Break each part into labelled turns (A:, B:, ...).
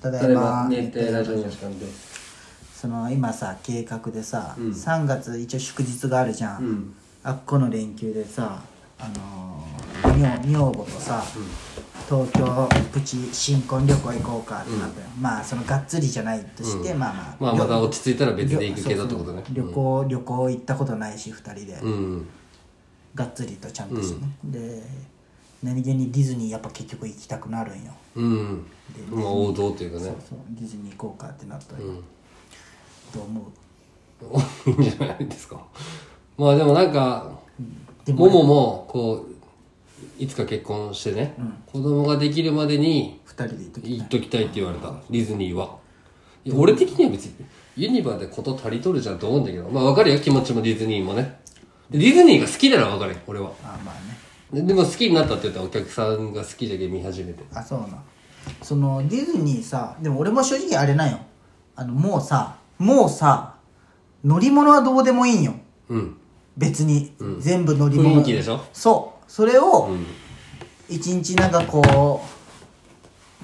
A: ただ
B: 例
A: い
B: え
A: ま
B: ば寝てラジオの時間です
A: その今さ計画でさ、
B: うん
A: 3月一応祝日があるじゃん、
B: うん
A: あっこの連休でさあのー女女房とさ、東京プチ新婚旅行行こうかってなったよ、まあそのがっつりじゃないとして、まあまあ
B: まあ
A: 旅
B: また落ち着いたら別で行くけどってことね
A: そうそう旅行、旅行行ったことないし2人で、
B: うん
A: がっつりとちゃんとしてね、で何気にディズニーやっぱ結局行きたくなるんよ
B: うんまあ王道というかね
A: そうディズニー行こうかってなったら、どう思う
B: いいんじゃないですかまあでもなんか
A: で
B: もももこういつか結婚してね、子供ができるまでに
A: 2人で行っとき
B: 行っときたいって言われたディズニーはいや俺的には別にユニバでこと足りとるじゃんと思うんだけどまあわかるよ気持ちもディズニーもねでディズニーが好きならわかるよ俺は
A: あまあね
B: ででも好きになったって言ったらお客さんが好きじゃけ見始めて
A: あそうなそのディズニーさでも俺も正直あれなんよあのもうさもうさ乗り物はどうでもいいんよ
B: うん
A: 別に、全部乗り物
B: 雰囲気でしょ
A: そうそれを一日なんかこ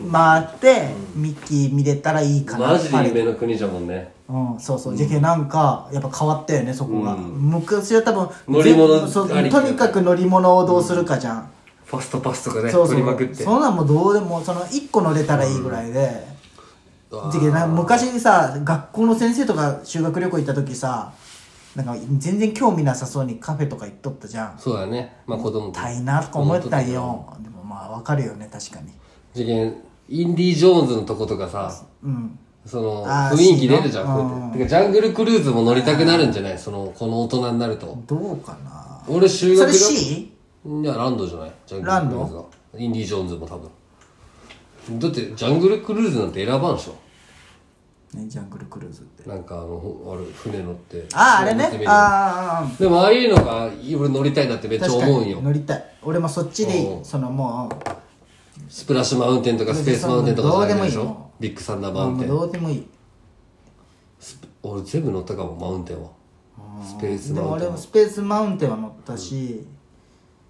A: う回ってミッキー見れたらいいかな
B: マジで
A: パレ
B: 夢の国じゃもんね
A: うん、そうそう、じゃけなんかやっぱ変わったよねそこが、昔は多分
B: 乗り物
A: ぜそう
B: ありき
A: とにかく乗り物をどうするかじゃん、
B: ファストパスとかね
A: そうそう
B: 取りまくって
A: そんなんもうどうでもその1個乗れたらいいぐらいで、
B: あー
A: じゃけな昔さ学校の先生とか修学旅行行った時さなんか全然興味なさそうにカフェとか行っとったじゃん
B: そうだねまあ子供
A: たいなとか思ったんよでもまあわかるよね確かに
B: 次元インディ・ジョーンズのとことかさ
A: うん
B: その
A: あー
B: 雰囲気出るじゃん
A: シーン
B: こ
A: の
B: うやっててかジャングルクルーズも乗りたくなるんじゃないそのこの大人になると
A: どうかな
B: 俺修
A: そ
B: 学
A: れ
B: 旅
A: C?
B: いやランドじゃないジャン
A: ラン
B: グルクルーズ
A: ド
B: がインディ・ジョーンズも多分だってジャングルクルーズなんて選ばんでしょ
A: ねジャングルクルーズって
B: なんかあのほあれ船乗って
A: あああれね
B: 船乗ってみる
A: あーあーあー
B: でもああいうのが俺乗りたいなってめっちゃ
A: 確か
B: 思うん
A: に
B: よ
A: 乗りたい俺もそっちでいい
B: うん
A: そのもう
B: スプラッシュマウンテンとかスペースマウンテンとかじゃないでし
A: どうでもいい
B: ょビッグサンダーマ
A: あ
B: ウン
A: も
B: テ
A: う
B: ン
A: どうでもいい
B: スペ俺全部乗ったかもマウンテンはスペース
A: で
B: マ
A: も
B: ウン
A: 俺
B: テン
A: も
B: は
A: スペースマウンテンは乗ったし、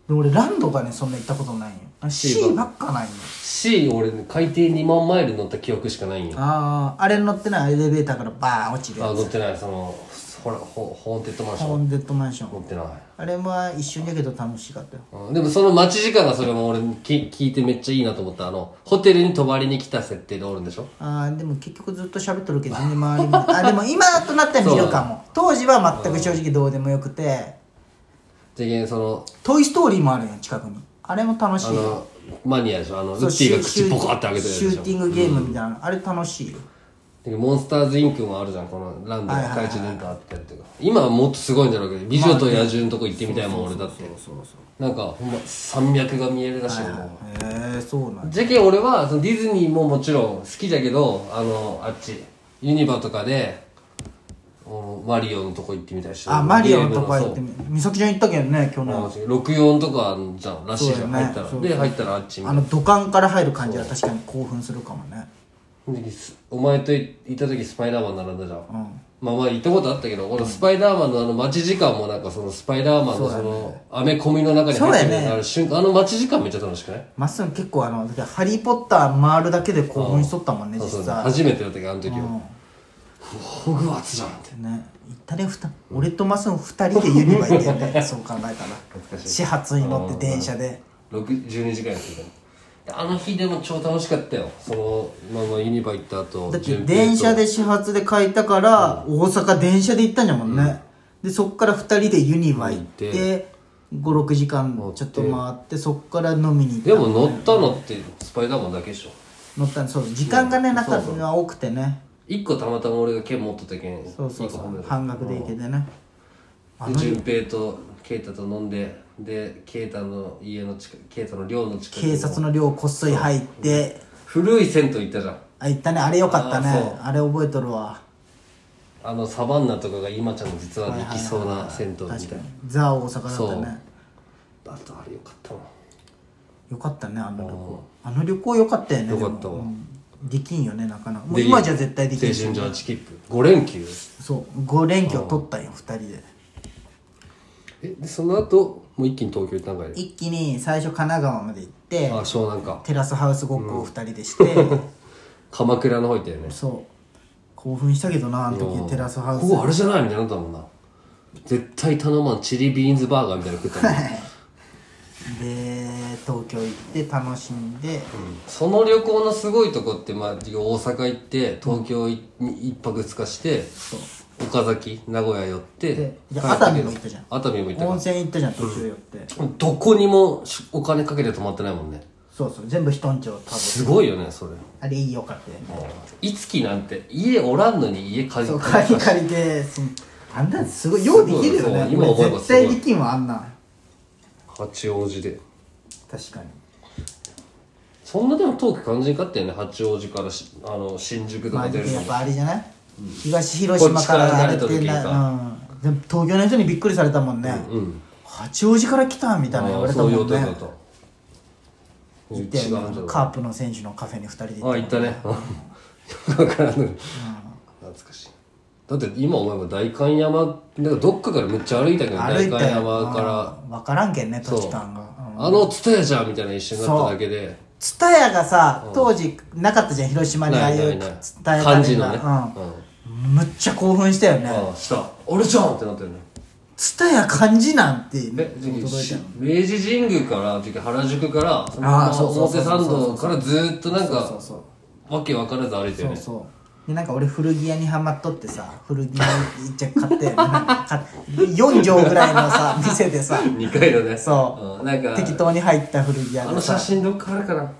A: でも俺ランドがねそんな行ったことないんよ C ばっかないんよ
B: C 俺海底2万マイル乗った記憶しかないんよ
A: あああれ乗ってないエレベーターからバーン落ちる
B: あ
A: や
B: 乗っ
A: つ
B: てないそのほらホホーンテッドマンショ
A: ホー
B: ン
A: ンデッドマンショ
B: 乗っ
A: ン
B: てない
A: あれは一瞬だけど楽しかったよ
B: うんでもその待ち時間がそれも俺き聞いてめっちゃいいなと思ったあのホテルに泊まりに来た設定でおるんでしょ
A: あーでも結局ずっと喋っとるけど全然周り 見ないあでも今となったら見るかも当時は全く正直どうでもよくて
B: じゃあその
A: 「トイ・ストーリー」もあるやん近くにあれも楽し
B: あ
A: いよ
B: のマニアでしょあのウッ
A: そう
B: ディが
A: シュ
B: 口ボカって開けてるやつ
A: シュー
B: でしょ
A: ティングゲームみたいなのあれ楽しいよ
B: でモンスターズインクもあるじゃんこのランド
A: はいはいはい
B: 海中伝とあったりとか今はもっとすごいんだろうけど美女と野獣のとこ行ってみたいもん俺だってなんかほんま山脈が見えるらしいもん
A: へえそうなんだ
B: じゃけん俺はそのディズニーももちろん好きだけどあのあっちユニバとかであのマリオのとこ行ってみたいし
A: あマリオのとこ
B: ゲー
A: 行っ
B: ムの
A: て
B: そう
A: み美咲ちゃん行ったけどね去年
B: あの64とかあんじゃんらしいじゃん、
A: そうだよね
B: 入ったら
A: そうそう
B: で入ったらあっちみた
A: あ
B: いな
A: の土管から入る感じは確かに興奮するかもね
B: でスお前といいた時スパイダーマン並んだじゃん、まあまあ行ったことあったけど俺スパイダーマンのあの待ち時間もなんかそのスパイダーマンのそのアメコミの中に入って
A: そう
B: く
A: だよ
B: る
A: ね
B: あの瞬間あの待ち時間めっちゃ楽しくない
A: まっすぐ結構あのだってハリー・ポッター回るだけで興奮しとったもんね
B: そうそう
A: 実は
B: 初めてだったけどあの時は、ホグワーツじゃんって
A: ね行ったねふた俺とマスン2人でユニバ行ってんねそう考えたら
B: かしい
A: 始発に乗って電車で
B: 6 12時間やってたのであの日でも超楽しかったよそのまあまあユニバ行った後
A: だって
B: 順平と
A: 電車で始発で帰ったから大阪電車で行ったんじゃもんね、でそっから2人でユニバ行って56時間ちょっと回ってそっから飲みに行った
B: でも乗ったのってスパイダーマンだけでしょ
A: 乗ったんそう時間がねなかったのが多くてね
B: 1個たまたま俺が剣持っとったけん
A: そうそう
B: 一個
A: そ
B: 褒め
A: う
B: る
A: 半額で行けてね
B: で順平と啓太と飲んでで啓太の家の近く啓太の寮の近く
A: 警察の寮こっそり入って
B: 古い銭湯行ったじゃん
A: あ行ったねあれよかったね
B: あーそう
A: あれ覚えとるわ
B: あのサバンナとかが今ちゃんの実はできそうな銭湯みたい
A: 確か
B: な
A: にザ大阪だ
B: そ
A: った
B: う
A: ね
B: あとあれよかったわ
A: よかったねあの旅行あの旅行よかったよね
B: よかったわ
A: でもうんできんよねなかなかもう今じゃ絶対できん
B: 青春18切符5連休
A: そう5連休取ったんよ2人で
B: えでその後もう一気に東京行ったんかい
A: 一気に最初神奈川まで行って
B: あ湘南か
A: テラスハウスごっこを2人でして、
B: 鎌倉の方行ったよね
A: そう興奮したけどなあの時テラスハウス
B: ここあれじゃないみたいになったもんな絶対頼まんチリビーンズバーガーみたいなの食っ たもん
A: で東京行って楽しんで、
B: その旅行のすごいとこって、まあ、大阪行って東京いに一泊二日して
A: そう
B: 岡崎名古屋寄って
A: でいや
B: 帰って
A: 熱海も行ったじゃん
B: 熱海も行った
A: 温泉行ったじゃん途中寄って、
B: どこにもしお金かけて泊まってないもんね
A: そうそう全部人んちを食べ
B: すごいよねそれ
A: あれいいよかったよね
B: いつきなんて家おらんのに家借り
A: そう
B: て
A: 借り借りてそのあんなんすごいようできるよね
B: すごいそう今思え
A: 俺絶
B: ばすごい
A: 対できんわあんなん
B: 八王子で
A: 確かに
B: そんなでも遠く感じんかったよね八王子からしあの新宿と
A: まあ
B: か出
A: で
B: る
A: も
B: の
A: やっ
B: に
A: ぱあれじゃない、東広島から
B: こっちから慣れ
A: れ
B: た時
A: て
B: に
A: な
B: さ
A: うん、でも東京の人にびっくりされたもんね、
B: うん
A: 八王子から来たみたいな言われた
B: そ
A: も
B: ういうん予定
A: ね
B: だった
A: 行ったよね
B: 違うんだ
A: カープの選手のカフェに2人で行っ
B: あ
A: た
B: 行ったねよく わからんのに懐かしいだって今思えば代官山なんかどっかからめっちゃ歩いたけど
A: 歩
B: 代
A: い
B: 官
A: たよ
B: 山から
A: 分からんけんね土地勘がうん
B: あの蔦屋じゃんみたいな一瞬になっただけで
A: 蔦屋がさ当時なかったじゃん広島にああ
B: ないいないうない
A: 蔦屋
B: 感じのね
A: が
B: うん
A: うんむっちゃ興奮したよね
B: ああした俺じゃんってなったよね
A: 蔦屋漢字なんて驚
B: え
A: いたよ
B: 明治神宮からていうか原宿からその
A: ああそうそう
B: 表参道からずっとな
A: そう
B: ん
A: そう
B: か
A: そう
B: わけ分からず歩いて
A: そ
B: る
A: う
B: ね
A: そうでなんか俺古着屋にハマっとってさ古着屋に行っちゃ買って4畳ぐらいの さ店でさ
B: 2回のね
A: そ
B: うんなんか
A: 適当に入った古着屋で
B: あ
A: さ
B: の写真どっかあるかな
A: うん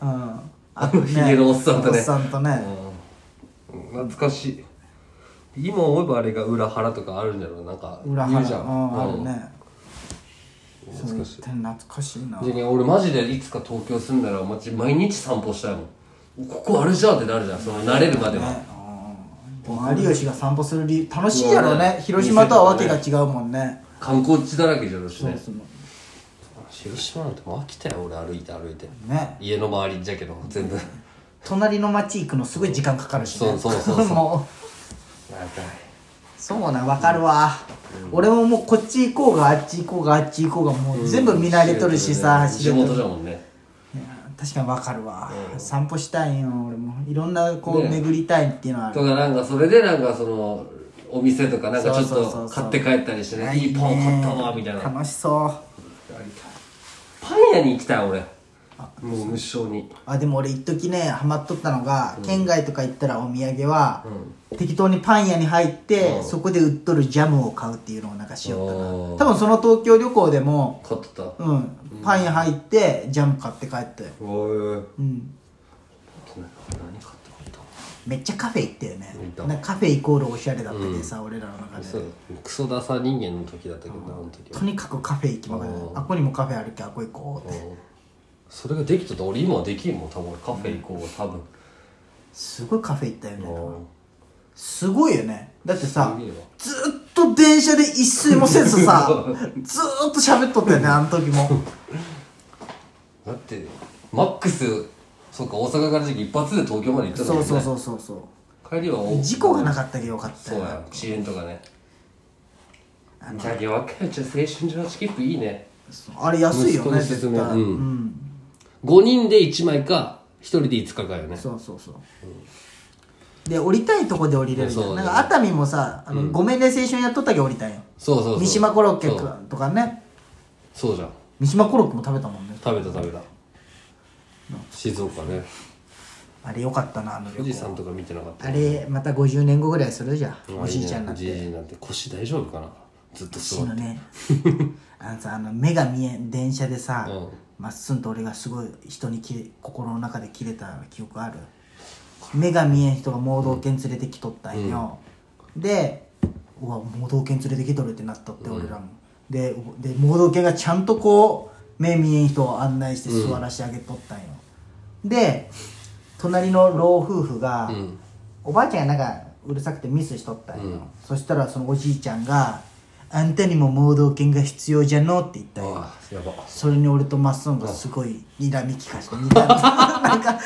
B: あのひげのおっさんとね
A: おっさんとね
B: うん懐かしい今思えばあれが裏腹とかあるんだろうなんか
A: 裏
B: 言
A: 腹
B: うじゃん
A: うんあ
B: う
A: る
B: ん
A: ねそ
B: 懐かしい
A: う懐かしいな
B: でね俺マジでいつか東京住んだら街毎日散歩したいもんここあれじゃんってなるじゃんその慣れるまでは、
A: うん有吉が散歩する理由楽しいやろうね広島とはわけが違うもんね
B: 観光地だらけじゃろうしね
A: その
B: 広島なんてもう飽きたよ俺歩いて歩いて
A: ね
B: 家の周りじゃけど全部なんか
A: 隣の町行くのすごい時間かかるしね
B: そうそうそうそう
A: もうそうなわかるわ、俺ももうこっち行こうがあっち行こうがあっち行こうがもう全部見慣れとるしさ、走
B: 地
A: れと
B: 元
A: る
B: じゃもんね
A: いや確かにわかるわ、散歩したいよ俺もいろんなこう
B: ね
A: 巡りたいっていうのはあ
B: と
A: る、
B: かなんかそれでなんかそのお店とかなんかちょっ
A: そうそうそう
B: と
A: そう
B: 買って帰ったりしてねいいパン買ったわみたいなパン
A: 楽しそう
B: 屋に行きたい俺もう無性に
A: あでも俺一時ねハマっとったのが、県外とか行ったらお土産は、適当にパン屋に入って、そこで売っとるジャムを買うっていうのをなんかしよったな
B: おー
A: 多分その東京旅行でも
B: 買っとった
A: うん、パン屋入ってジャム買って帰ったよ
B: おー
A: うん
B: 何買ったの
A: めっちゃカフェ行ったよね
B: 行った
A: なんかカフェイコールおしゃれだったけどさ、俺らの中で
B: そうクソダサ人間の時だったけどなあの時は
A: とにかくカフェ行きまくる
B: おー
A: あここにもカフェあるけあこ行こうって
B: それができとった俺今はできんもん多分カフェ行こう多分
A: すごいカフェ行ったよね
B: うん
A: すごいよねだってさ
B: すげえわ
A: ずーっと電車で一睡もせず さずーっと喋っとったよねあの時も
B: だってマックスそうか大阪から時期一発で東京まで行ったんだ
A: そ
B: もん
A: う
B: ね
A: そうそうそうそう
B: 帰りはお
A: 事故がなかったけどよかった
B: そう
A: よね
B: や遅延とかねじゃあ若いじゃ青春18切符いいね
A: そうあれ安いよね
B: 息子に勧
A: 絶
B: め
A: 対
B: る
A: う
B: うん
A: ん
B: 5人で1枚か1人で5日かよね
A: そうそうそうで降りたいとこで降りれるじゃ
B: そ
A: ん
B: う
A: な
B: だ
A: ん
B: ね
A: か熱海もさあのごめんね青春やっとったけど降りたんよ
B: そうそうそう
A: 三島コロッケ
B: そう
A: とかね
B: そうじゃん
A: 三島コロッケも食べたもんね
B: 食べた食べた静岡ね
A: あれよかったなあの旅
B: 富士
A: 行
B: 山とか見てなかった
A: あれまた50年後ぐらいするじゃんおじいちゃんになっ
B: じいじ
A: て
B: になって腰大丈夫かなずっと
A: 死
B: 座
A: の
B: って
A: ね あのさあの目が見えん電車でさ
B: うん
A: まっすんと俺がすごい人にきれ心の中で切れた記憶ある目が見えん人が盲導犬連れてきとったんよ、でうわ盲導犬連れてきとるってなっとって俺らも、でおで盲導犬がちゃんとこう目見えん人を案内して座らしてあげとったんよ、で隣の老夫婦が、
B: ん
A: おばあちゃんがなんかうるさくてミスしとったんよ、そしたらそのおじいちゃんが「あんたにも盲導犬が必要じゃの?」って言ったんよ
B: ああやば
A: それに俺とマッソンがすごい睨み利かして睨んで なんか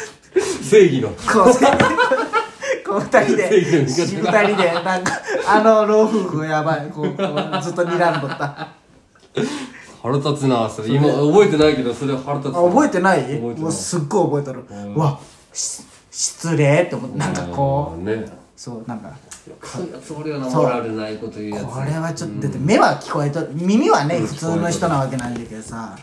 B: 正義の
A: こうこう二人で
B: 正義の味
A: 二人でなんかあの老夫婦やばいこうこうずっと睨んどったあ
B: 腹立つなそれ今覚えてないけどそれ腹立つな
A: 覚えてない
B: 覚えてない
A: もうすっごい覚えてるうわし失礼って思ってなんかこう
B: うね
A: そうなんか
B: かうやつおるよな
A: そう
B: モラルないこと言うやつ
A: これはちょっとだって目は聞こえとる耳はね
B: うん
A: 普通の人なわけなんだけどさ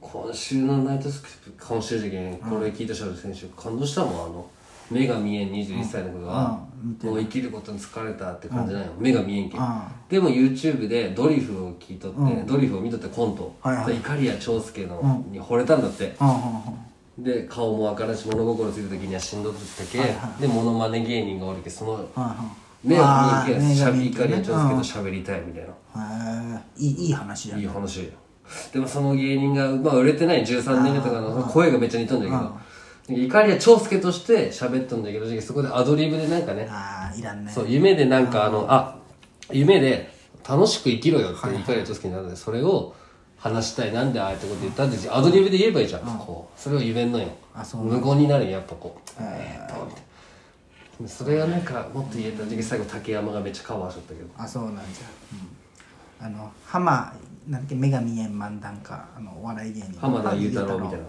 B: 今週のナイトスクープ今週事件これ聞いた人選手感動したもんあの目が見えん21歳の子が、
A: うん見てる
B: もう生きることに疲れたって感じなんよ、目が見えんけ、
A: うん
B: ん、でも YouTube でドリフを聞いとって、ドリフを見とったコント、
A: はいはい
B: で碇谷長介の、に惚れたんだって
A: うんうん
B: で顔も明るいし物心ついた時にはしんどくったけ、でモノマネ芸人がおるけその
A: うんうん
B: 目が見えんけ
A: あー目
B: し
A: が
B: ゃ
A: 見え
B: べ
A: ん
B: 碇
A: けね
B: 谷長介と喋りたいみたいな、
A: うんへえいいいい話じゃん
B: いい話でもその芸人が、まあ、売れてない13年目とかの声がめっちゃ似とんだけど怒りは長介として喋っとんだけどそこでアドリブでなんかね
A: ああいらんね
B: そう夢でなんかあのあ夢で楽しく生きろよって怒りは長介になるのでそれを話したいなんでああいうこと言ったんですアドリブで言えばいいじゃんこうそれを言えんのよ
A: あそう
B: 無言になるよやっぱこうえーっとみたいなそれがなんかもっと言えた時最後竹山がめっちゃカバーしとったけど
A: あそうなんじゃ、うん、あの浜なんだっけ女神円漫談家あのお笑い芸人
B: 浜田雄太郎みたいな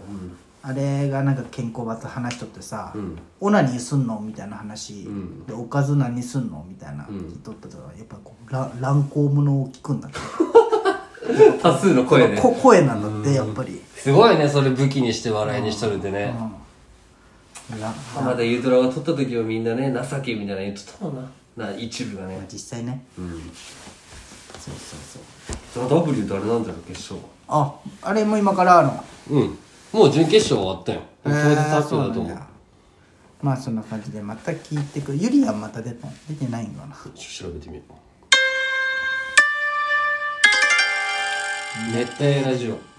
A: あれがなんか健康バツ話しとってさ「
B: ん
A: オナニーすんの?」みたいな話、
B: ん
A: で「おかず何すんの?」みたいな聞いとったら、やっぱこうら乱行者を聞くんだって
B: うん多数の声で
A: こ声なんだって、やっぱり
B: すごいねそれ武器にして笑いにしとるってね
A: ら
B: 浜田ゆとらが撮った時はみんなね情けみたいなの言っとったもんなな一部がね
A: 実際ね
B: うん
A: そうそうそう
B: その W 誰なんだろう決勝
A: ああれも今からあるの
B: うんもう準決勝終わったよ当日発表だと
A: えーそう
B: 思
A: なん
B: う
A: まあそんな感じでまた聞いてくるゆりやんまた出た出てないんかな
B: ちょっと調べてみよう熱帯ラジオ